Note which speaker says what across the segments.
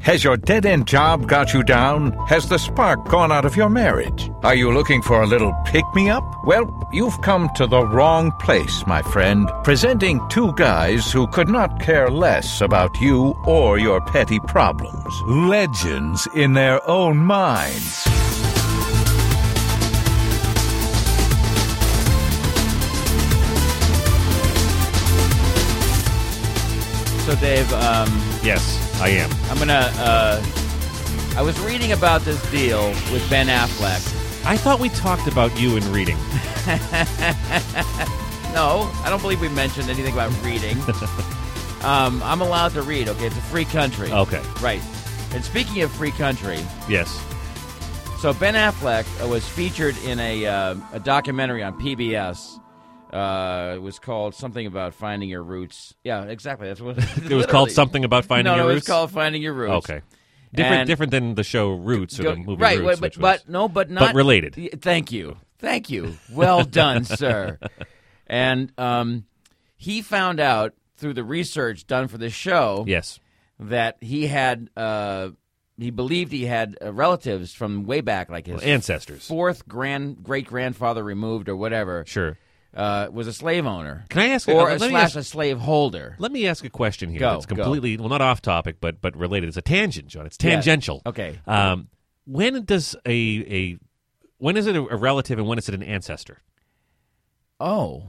Speaker 1: Has your dead end job got you down? Has the spark gone out of your marriage? Are you looking for a little pick me up? Well, you've come to the wrong place, my friend. Presenting two guys who could not care less about you or your petty problems. Legends in their own minds.
Speaker 2: So, Dave, um,
Speaker 3: Yes, I am.
Speaker 2: I'm gonna. Uh, I was reading about this deal with Ben Affleck.
Speaker 3: I thought we talked about you in reading.
Speaker 2: No, I don't believe we mentioned anything about reading. um, I'm allowed to read. Okay, it's a free country.
Speaker 3: Okay.
Speaker 2: right. And speaking of free country,
Speaker 3: Yes.
Speaker 2: so Ben Affleck uh, was featured in a uh, a documentary on PBS. Uh, it was called something about finding your roots. Yeah, exactly. That's what
Speaker 3: It was called something about finding
Speaker 2: no,
Speaker 3: your
Speaker 2: no,
Speaker 3: roots.
Speaker 2: it was called finding your roots.
Speaker 3: okay. Different,
Speaker 2: And-
Speaker 3: different than the show Roots or the movie
Speaker 2: right,
Speaker 3: Roots,
Speaker 2: but,
Speaker 3: which was-
Speaker 2: but no, but not
Speaker 3: related.
Speaker 2: Y- Thank you, thank you. Well done, sir. And um, he found out through the research done for the show
Speaker 3: yes,
Speaker 2: that he had uh, he believed he had uh, relatives from way back, like his
Speaker 3: ancestors.
Speaker 2: fourth grand great grandfather removed or whatever.
Speaker 3: Sure.
Speaker 2: Uh, was a slave owner.
Speaker 3: Can I ask?
Speaker 2: or
Speaker 3: a,
Speaker 2: a
Speaker 3: let, me
Speaker 2: slash
Speaker 3: ask
Speaker 2: a slave holder?
Speaker 3: let me ask a question here.
Speaker 2: Go,
Speaker 3: that's
Speaker 2: go.
Speaker 3: completely well, not off topic, but but related. It's a tangent, John. It's
Speaker 2: Yeah.
Speaker 3: tangential.
Speaker 2: Okay.
Speaker 3: Um, when does a a when is it a, a relative and when is it an ancestor?
Speaker 2: Oh,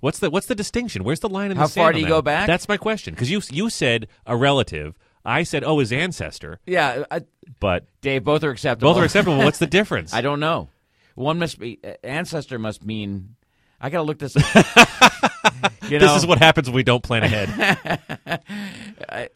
Speaker 3: What's the what's the distinction? Where's the line in
Speaker 2: How
Speaker 3: the sand?
Speaker 2: far
Speaker 3: on
Speaker 2: do you
Speaker 3: that
Speaker 2: go
Speaker 3: one?
Speaker 2: back?
Speaker 3: That's my question. Because you you said a relative, I said oh his ancestor,
Speaker 2: yeah, I,
Speaker 3: but
Speaker 2: Dave. Both are acceptable.
Speaker 3: both are acceptable. What's the difference?
Speaker 2: I don't know. One must be ancestor must mean. I gotta look this. up. you know,
Speaker 3: this is what happens when we don't plan ahead.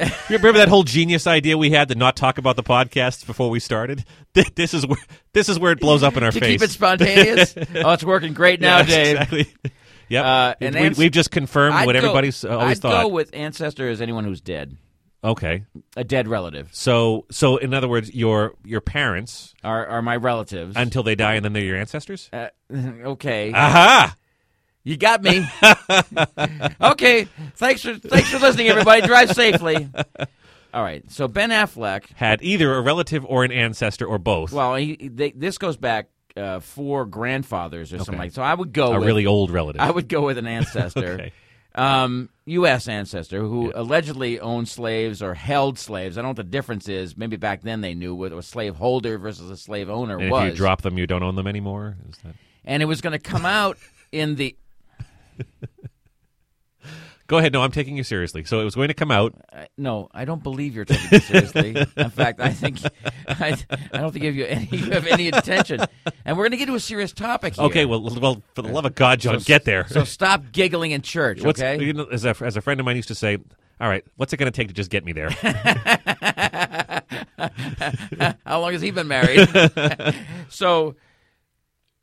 Speaker 3: you remember that whole genius idea we had to not talk about the podcast before we started? Th- This is where this is where it blows up in our
Speaker 2: to
Speaker 3: face.
Speaker 2: keep it spontaneous. oh, it's working great now,
Speaker 3: Yeah,
Speaker 2: Dave.
Speaker 3: Exactly. Yep.
Speaker 2: Uh,
Speaker 3: we,
Speaker 2: and
Speaker 3: we-
Speaker 2: ans-
Speaker 3: we've just confirmed
Speaker 2: I'd
Speaker 3: what
Speaker 2: go-
Speaker 3: everybody's uh, always
Speaker 2: I'd
Speaker 3: thought.
Speaker 2: go with ancestor as anyone who's dead,
Speaker 3: okay.
Speaker 2: a dead relative,
Speaker 3: So so in other words, your your parents
Speaker 2: are are my relatives.
Speaker 3: until they die and then they're your ancestors?
Speaker 2: uh, okay,
Speaker 3: Aha!
Speaker 2: you got me. okay, thanks for thanks for listening, everybody. Drive safely. All right, so Ben Affleck.
Speaker 3: Had either a relative or an ancestor or both.
Speaker 2: Well, he, they, this goes back uh, four grandfathers or something
Speaker 3: Okay.
Speaker 2: like. So I would go
Speaker 3: a
Speaker 2: with
Speaker 3: really old relative.
Speaker 2: I would go with an ancestor,
Speaker 3: Okay.
Speaker 2: um, U.S. ancestor who allegedly owned slaves or held slaves. I don't know what the difference is. Maybe back then they knew what a slave holder versus a slave owner
Speaker 3: and
Speaker 2: was.
Speaker 3: if you drop them, you don't own them anymore. Is that...
Speaker 2: and it was going to come out in the.
Speaker 3: Go ahead. No, I'm taking you seriously. So it was going to come out.
Speaker 2: Uh, no, I don't believe you're taking this seriously. in fact, I think I, I don't think you have any you have any intention. And we're going to get to a serious topic here.
Speaker 3: Okay. Well, well, for the love of God, John, get there.
Speaker 2: so stop giggling in church.
Speaker 3: What's,
Speaker 2: okay.
Speaker 3: you know, as, a, as a friend of mine used to say, all right, what's it going to take to just get me there?
Speaker 2: How long has he been married? so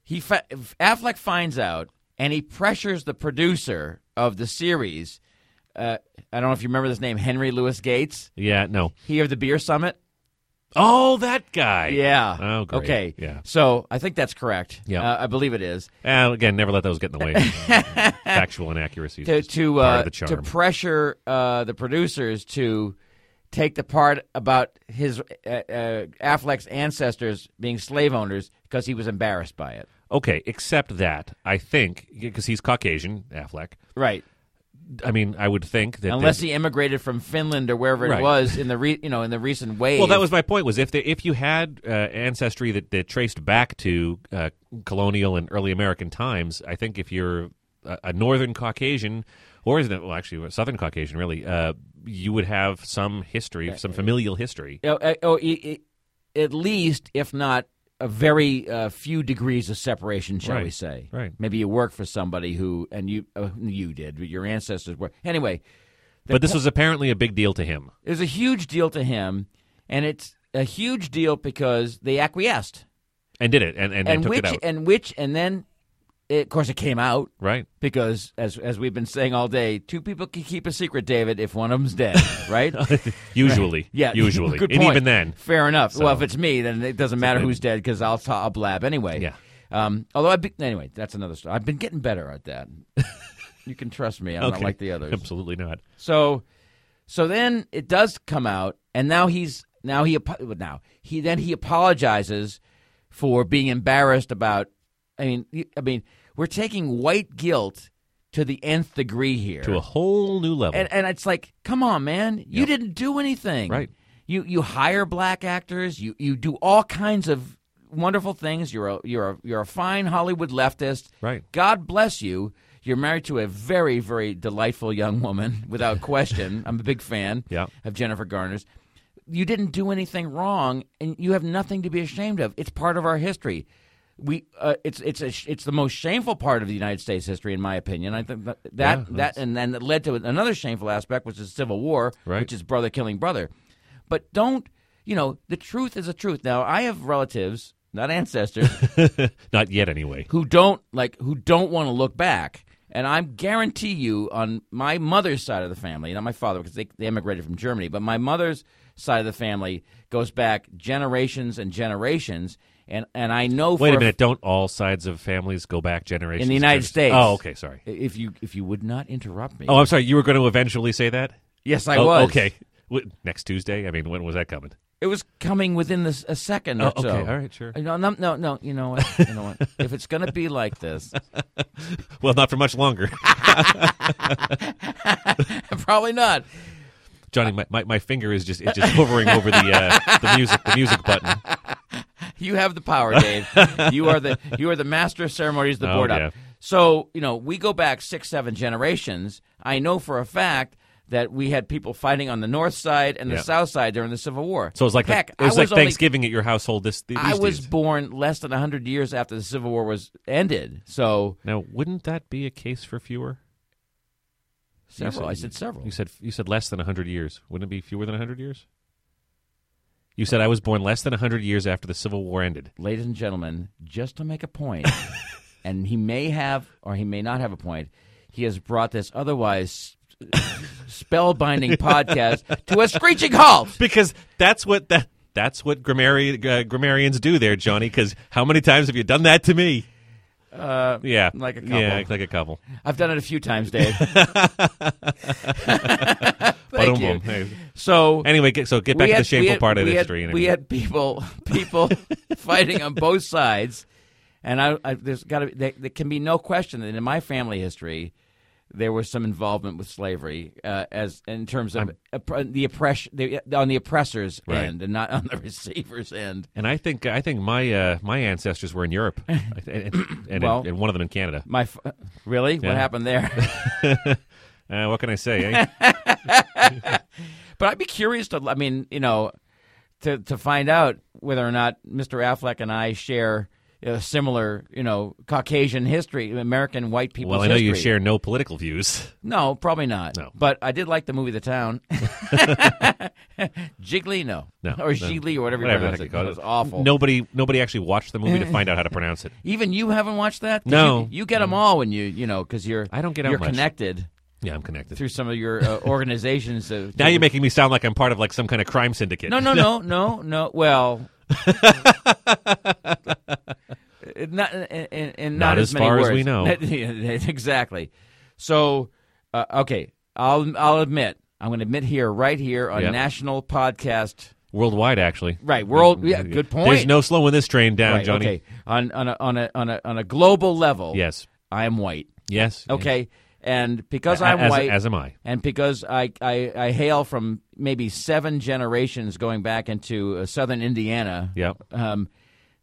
Speaker 2: he fi- Affleck finds out, and he pressures the producer of the series. Uh, I don't know if you remember this name, Henry Louis Gates.
Speaker 3: yeah. No.
Speaker 2: He of the Beer Summit.
Speaker 3: Oh, that guy.
Speaker 2: Yeah.
Speaker 3: Oh, great.
Speaker 2: Okay.
Speaker 3: Yeah.
Speaker 2: So I think that's correct.
Speaker 3: Yeah.
Speaker 2: Uh, I believe it is.
Speaker 3: Uh, again, never let those get in the way. Factual inaccuracies.
Speaker 2: To
Speaker 3: Just
Speaker 2: to
Speaker 3: part
Speaker 2: uh,
Speaker 3: of the
Speaker 2: to
Speaker 3: charm.
Speaker 2: pressure uh, the producers to take the part about his uh, uh, Affleck's ancestors being slave owners because he was embarrassed by it.
Speaker 3: okay, except that I think because he's Caucasian, Affleck.
Speaker 2: Right.
Speaker 3: I mean, I would think that
Speaker 2: unless
Speaker 3: that-
Speaker 2: he immigrated from Finland or wherever it
Speaker 3: Right.
Speaker 2: was in the re- you know in the recent wave.
Speaker 3: Well, that was my point. Was if they, if you had uh, ancestry that, that traced back to uh, colonial and early American times, I think if you're a, a northern Caucasian, or is it well actually a southern Caucasian, really, uh, you would have some history, some familial history.
Speaker 2: oh, uh, oh, e- e- at least if not a very uh, few degrees of separation, shall we
Speaker 3: Right.
Speaker 2: say?
Speaker 3: Right.
Speaker 2: Maybe you work for somebody who and you uh, you did, but your ancestors were anyway.
Speaker 3: But this was apparently a big deal to him.
Speaker 2: It was a huge deal to him, and it's a huge deal because they acquiesced
Speaker 3: And did it, and and,
Speaker 2: and
Speaker 3: took
Speaker 2: which e-
Speaker 3: it out,
Speaker 2: and which and then it, of course it came out.
Speaker 3: right?
Speaker 2: Because as as we've been saying all day, two people can keep a secret, David, if one of them's dead, right?
Speaker 3: Usually,
Speaker 2: Yeah,
Speaker 3: usually,
Speaker 2: Good
Speaker 3: and
Speaker 2: point.
Speaker 3: even then,
Speaker 2: fair enough. Well,
Speaker 3: So-
Speaker 2: if it's me, then it doesn't matter who's dead because I'll, ta- I'll blab anyway.
Speaker 3: Yeah.
Speaker 2: Um, although I be- anyway, that's another story. I've been getting better at that. you can trust me. I'm not
Speaker 3: Okay.
Speaker 2: like the others.
Speaker 3: absolutely not.
Speaker 2: So, so then it does come out, and now he's now he apo- now he then he apologizes for being embarrassed about. I mean, you- I mean, we're taking white guilt to the nth degree here.
Speaker 3: to a whole new level.
Speaker 2: and, and it's like, come on, man, you didn't do anything.
Speaker 3: Right.
Speaker 2: You you hire black actors. You you do all kinds of wonderful things. You're a you're a you're a fine Hollywood leftist.
Speaker 3: Right.
Speaker 2: God bless you. You're married to a very very delightful young woman, without question. I'm a big fan.
Speaker 3: Yeah.
Speaker 2: Of Jennifer Garner's. You didn't do anything wrong, and you have nothing to be ashamed of. It's part of our history. We uh, it's it's a, sh- it's the most shameful part of the United States history, in my opinion. I think that that, that and then it led to another shameful aspect, which is Civil War,
Speaker 3: Right.
Speaker 2: which is brother killing brother. But don't you know the truth is the truth. Now I have relatives, not ancestors,
Speaker 3: Not yet, anyway.
Speaker 2: who don't like who don't want to look back. And I guarantee you, on my mother's side of the family, not my father because they, they immigrated from Germany, but my mother's side of the family goes back generations and generations. And and I know
Speaker 3: Wait
Speaker 2: for
Speaker 3: a minute. Don't all sides of families go back generations?
Speaker 2: In the United
Speaker 3: Just-
Speaker 2: States.
Speaker 3: Oh, okay. Sorry.
Speaker 2: if you if you would not interrupt me.
Speaker 3: Oh, I'm sorry. You were going to eventually say that?
Speaker 2: yes, I
Speaker 3: oh,
Speaker 2: was.
Speaker 3: Okay. Wh- Next Tuesday? I mean, when was that coming?
Speaker 2: It was coming within this, a second or
Speaker 3: Oh,
Speaker 2: so.
Speaker 3: okay. All right, sure.
Speaker 2: No, no, no, no. You know what? You know what? if it's gonna be like this,
Speaker 3: Well, not for much longer.
Speaker 2: probably not.
Speaker 3: Johnny, my, my, my finger is just it's just hovering over the uh, the music the music button.
Speaker 2: You have the power, Dave. you are the you are the master of ceremonies, the
Speaker 3: Oh,
Speaker 2: board
Speaker 3: yeah.
Speaker 2: up. So you know we go back six, seven generations. I know for a fact that we had people fighting on the north side and the
Speaker 3: Yeah.
Speaker 2: south side during the Civil War.
Speaker 3: So it was like the-
Speaker 2: Heck,
Speaker 3: it was,
Speaker 2: I
Speaker 3: like
Speaker 2: only-
Speaker 3: Thanksgiving at your household. This these
Speaker 2: I was
Speaker 3: days.
Speaker 2: born less than hundred years after the Civil War was ended. So
Speaker 3: now. Wouldn't that be a case for fewer? You
Speaker 2: several. I said several.
Speaker 3: You said you said less than hundred years. Wouldn't it be fewer than hundred years? You said I was born less than hundred years after the Civil War ended.
Speaker 2: ladies and gentlemen, just to make a point, and he may have or he may not have a point, he has brought this otherwise spellbinding podcast to a screeching halt.
Speaker 3: Because that's what that that's what grammari- uh, grammarians do there, Johnny. Because how many times have you done that to me? Uh, yeah,
Speaker 2: like a
Speaker 3: yeah,
Speaker 2: couple.
Speaker 3: like a couple.
Speaker 2: I've done it a few times, Dave. Thank you.
Speaker 3: Ba-dum-bum. Hey.
Speaker 2: So
Speaker 3: Anyway, get, so get back
Speaker 2: we
Speaker 3: to the
Speaker 2: had- we
Speaker 3: shameful
Speaker 2: had-
Speaker 3: part of
Speaker 2: we had-
Speaker 3: history. and
Speaker 2: we
Speaker 3: everything.
Speaker 2: had people people fighting on both sides, and I, I there's got to there, there can be no question that in my family history there was some involvement with slavery uh, as in terms of opp- the oppression the, on the oppressor's
Speaker 3: Right.
Speaker 2: end and not on the receiver's end.
Speaker 3: And I think I think my uh, my ancestors were in Europe, I th- and, and- and,
Speaker 2: Well-
Speaker 3: and one of them in Canada.
Speaker 2: My f- really,
Speaker 3: Yeah.
Speaker 2: what happened there?
Speaker 3: Uh, what can I say? eh?
Speaker 2: But I'd be curious to, I mean, you know, to to find out whether or not Mr. Affleck and I share a similar, you know, Caucasian history, American white people.
Speaker 3: well, I know you share no political views.
Speaker 2: No, probably not.
Speaker 3: No.
Speaker 2: But I did like the movie The Town. Jiggly, no.
Speaker 3: No,
Speaker 2: Or
Speaker 3: no.
Speaker 2: Jiggly, or whatever,
Speaker 3: Whatever
Speaker 2: you pronounce
Speaker 3: the heck
Speaker 2: it.
Speaker 3: they call
Speaker 2: It
Speaker 3: it.
Speaker 2: was awful.
Speaker 3: Nobody nobody actually watched the movie to find out how to pronounce it.
Speaker 2: Even you haven't watched that? 'Cause
Speaker 3: No.
Speaker 2: You, you get them all when you, you know, because you're,
Speaker 3: I don't get out
Speaker 2: you're
Speaker 3: much.
Speaker 2: connected
Speaker 3: Yeah, I'm connected.
Speaker 2: through some of your uh, organizations. Uh,
Speaker 3: Now you're making me sound like I'm part of like some kind of crime syndicate.
Speaker 2: No, no, no, no, no. Well, it- not and, and- and not,
Speaker 3: Not as
Speaker 2: many
Speaker 3: far as
Speaker 2: words.
Speaker 3: we know.
Speaker 2: exactly. So, uh, okay, I'll I'll admit. I'm going to admit here, right here on
Speaker 3: Yeah.
Speaker 2: national podcast.
Speaker 3: Worldwide, actually.
Speaker 2: Right, world. Yeah, good point.
Speaker 3: There's no slowing this train down,
Speaker 2: Right,
Speaker 3: Johnny.
Speaker 2: Okay, on on a, on a on a on a global level.
Speaker 3: Yes,
Speaker 2: I am white.
Speaker 3: yes.
Speaker 2: Okay, and because
Speaker 3: A-
Speaker 2: I'm
Speaker 3: as,
Speaker 2: white,
Speaker 3: as am I.
Speaker 2: and because I, I, I hail from maybe seven generations going back into uh, southern Indiana,
Speaker 3: Yep.
Speaker 2: um,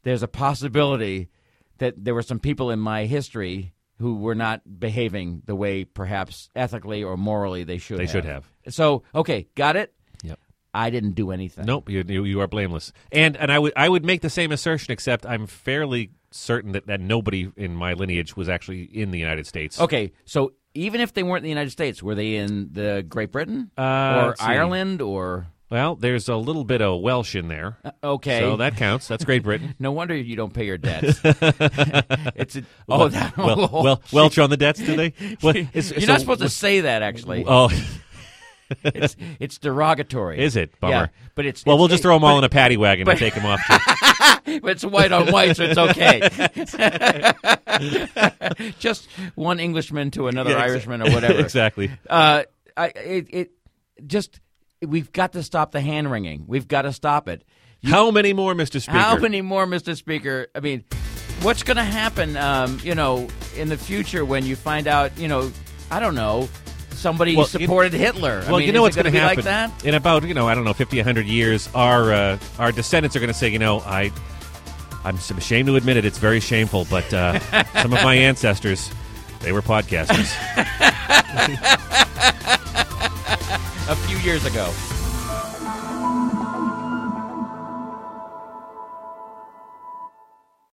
Speaker 2: there's a possibility that there were some people in my history who were not behaving the way perhaps ethically or morally they should
Speaker 3: They should have.
Speaker 2: So, okay, got it?
Speaker 3: Yep.
Speaker 2: I didn't do anything.
Speaker 3: Nope, you, you you are blameless. And and I would I would make the same assertion, except I'm fairly certain that, that nobody in my lineage was actually in the United States.
Speaker 2: Okay, so even if they weren't in the United States, were they in the Great Britain
Speaker 3: Uh,
Speaker 2: or
Speaker 3: let's see.
Speaker 2: Ireland or
Speaker 3: Well, there's a little bit of Welsh in there.
Speaker 2: okay?
Speaker 3: So that counts. That's Great Britain.
Speaker 2: no wonder you don't pay your debts. it's a, oh that
Speaker 3: well, well, Welsh on the debts, do they? Well, is-
Speaker 2: You're
Speaker 3: so-
Speaker 2: not supposed to say that. Actually,
Speaker 3: Oh,
Speaker 2: it's, it's derogatory.
Speaker 3: Is it? Bummer.
Speaker 2: Yeah, but it's
Speaker 3: well,
Speaker 2: it's-
Speaker 3: we'll just throw them all in a paddy wagon and take them off. to-
Speaker 2: But it's white on white, so it's okay. just one Englishman to another
Speaker 3: Yeah, exa-
Speaker 2: Uh, Irishman or whatever.
Speaker 3: exactly.
Speaker 2: Uh, I, it, it just we've got to stop the hand wringing. We've got to stop it.
Speaker 3: How many more, Mr. Speaker?
Speaker 2: How many more, Mr. Speaker? I mean, what's going to happen, um, you know, in the future when you find out, you know, I don't know, somebody
Speaker 3: Well, you-
Speaker 2: supported Hitler? I
Speaker 3: Well,
Speaker 2: mean,
Speaker 3: you know
Speaker 2: is
Speaker 3: what's
Speaker 2: it
Speaker 3: going to
Speaker 2: be
Speaker 3: happen
Speaker 2: like that?
Speaker 3: in about you know I don't know 50, 100 years. Our uh, our descendants are going to say, you know, I I'm s- ashamed to admit it. It's very shameful, but uh, some of my ancestors they were podcasters.
Speaker 2: A few years ago.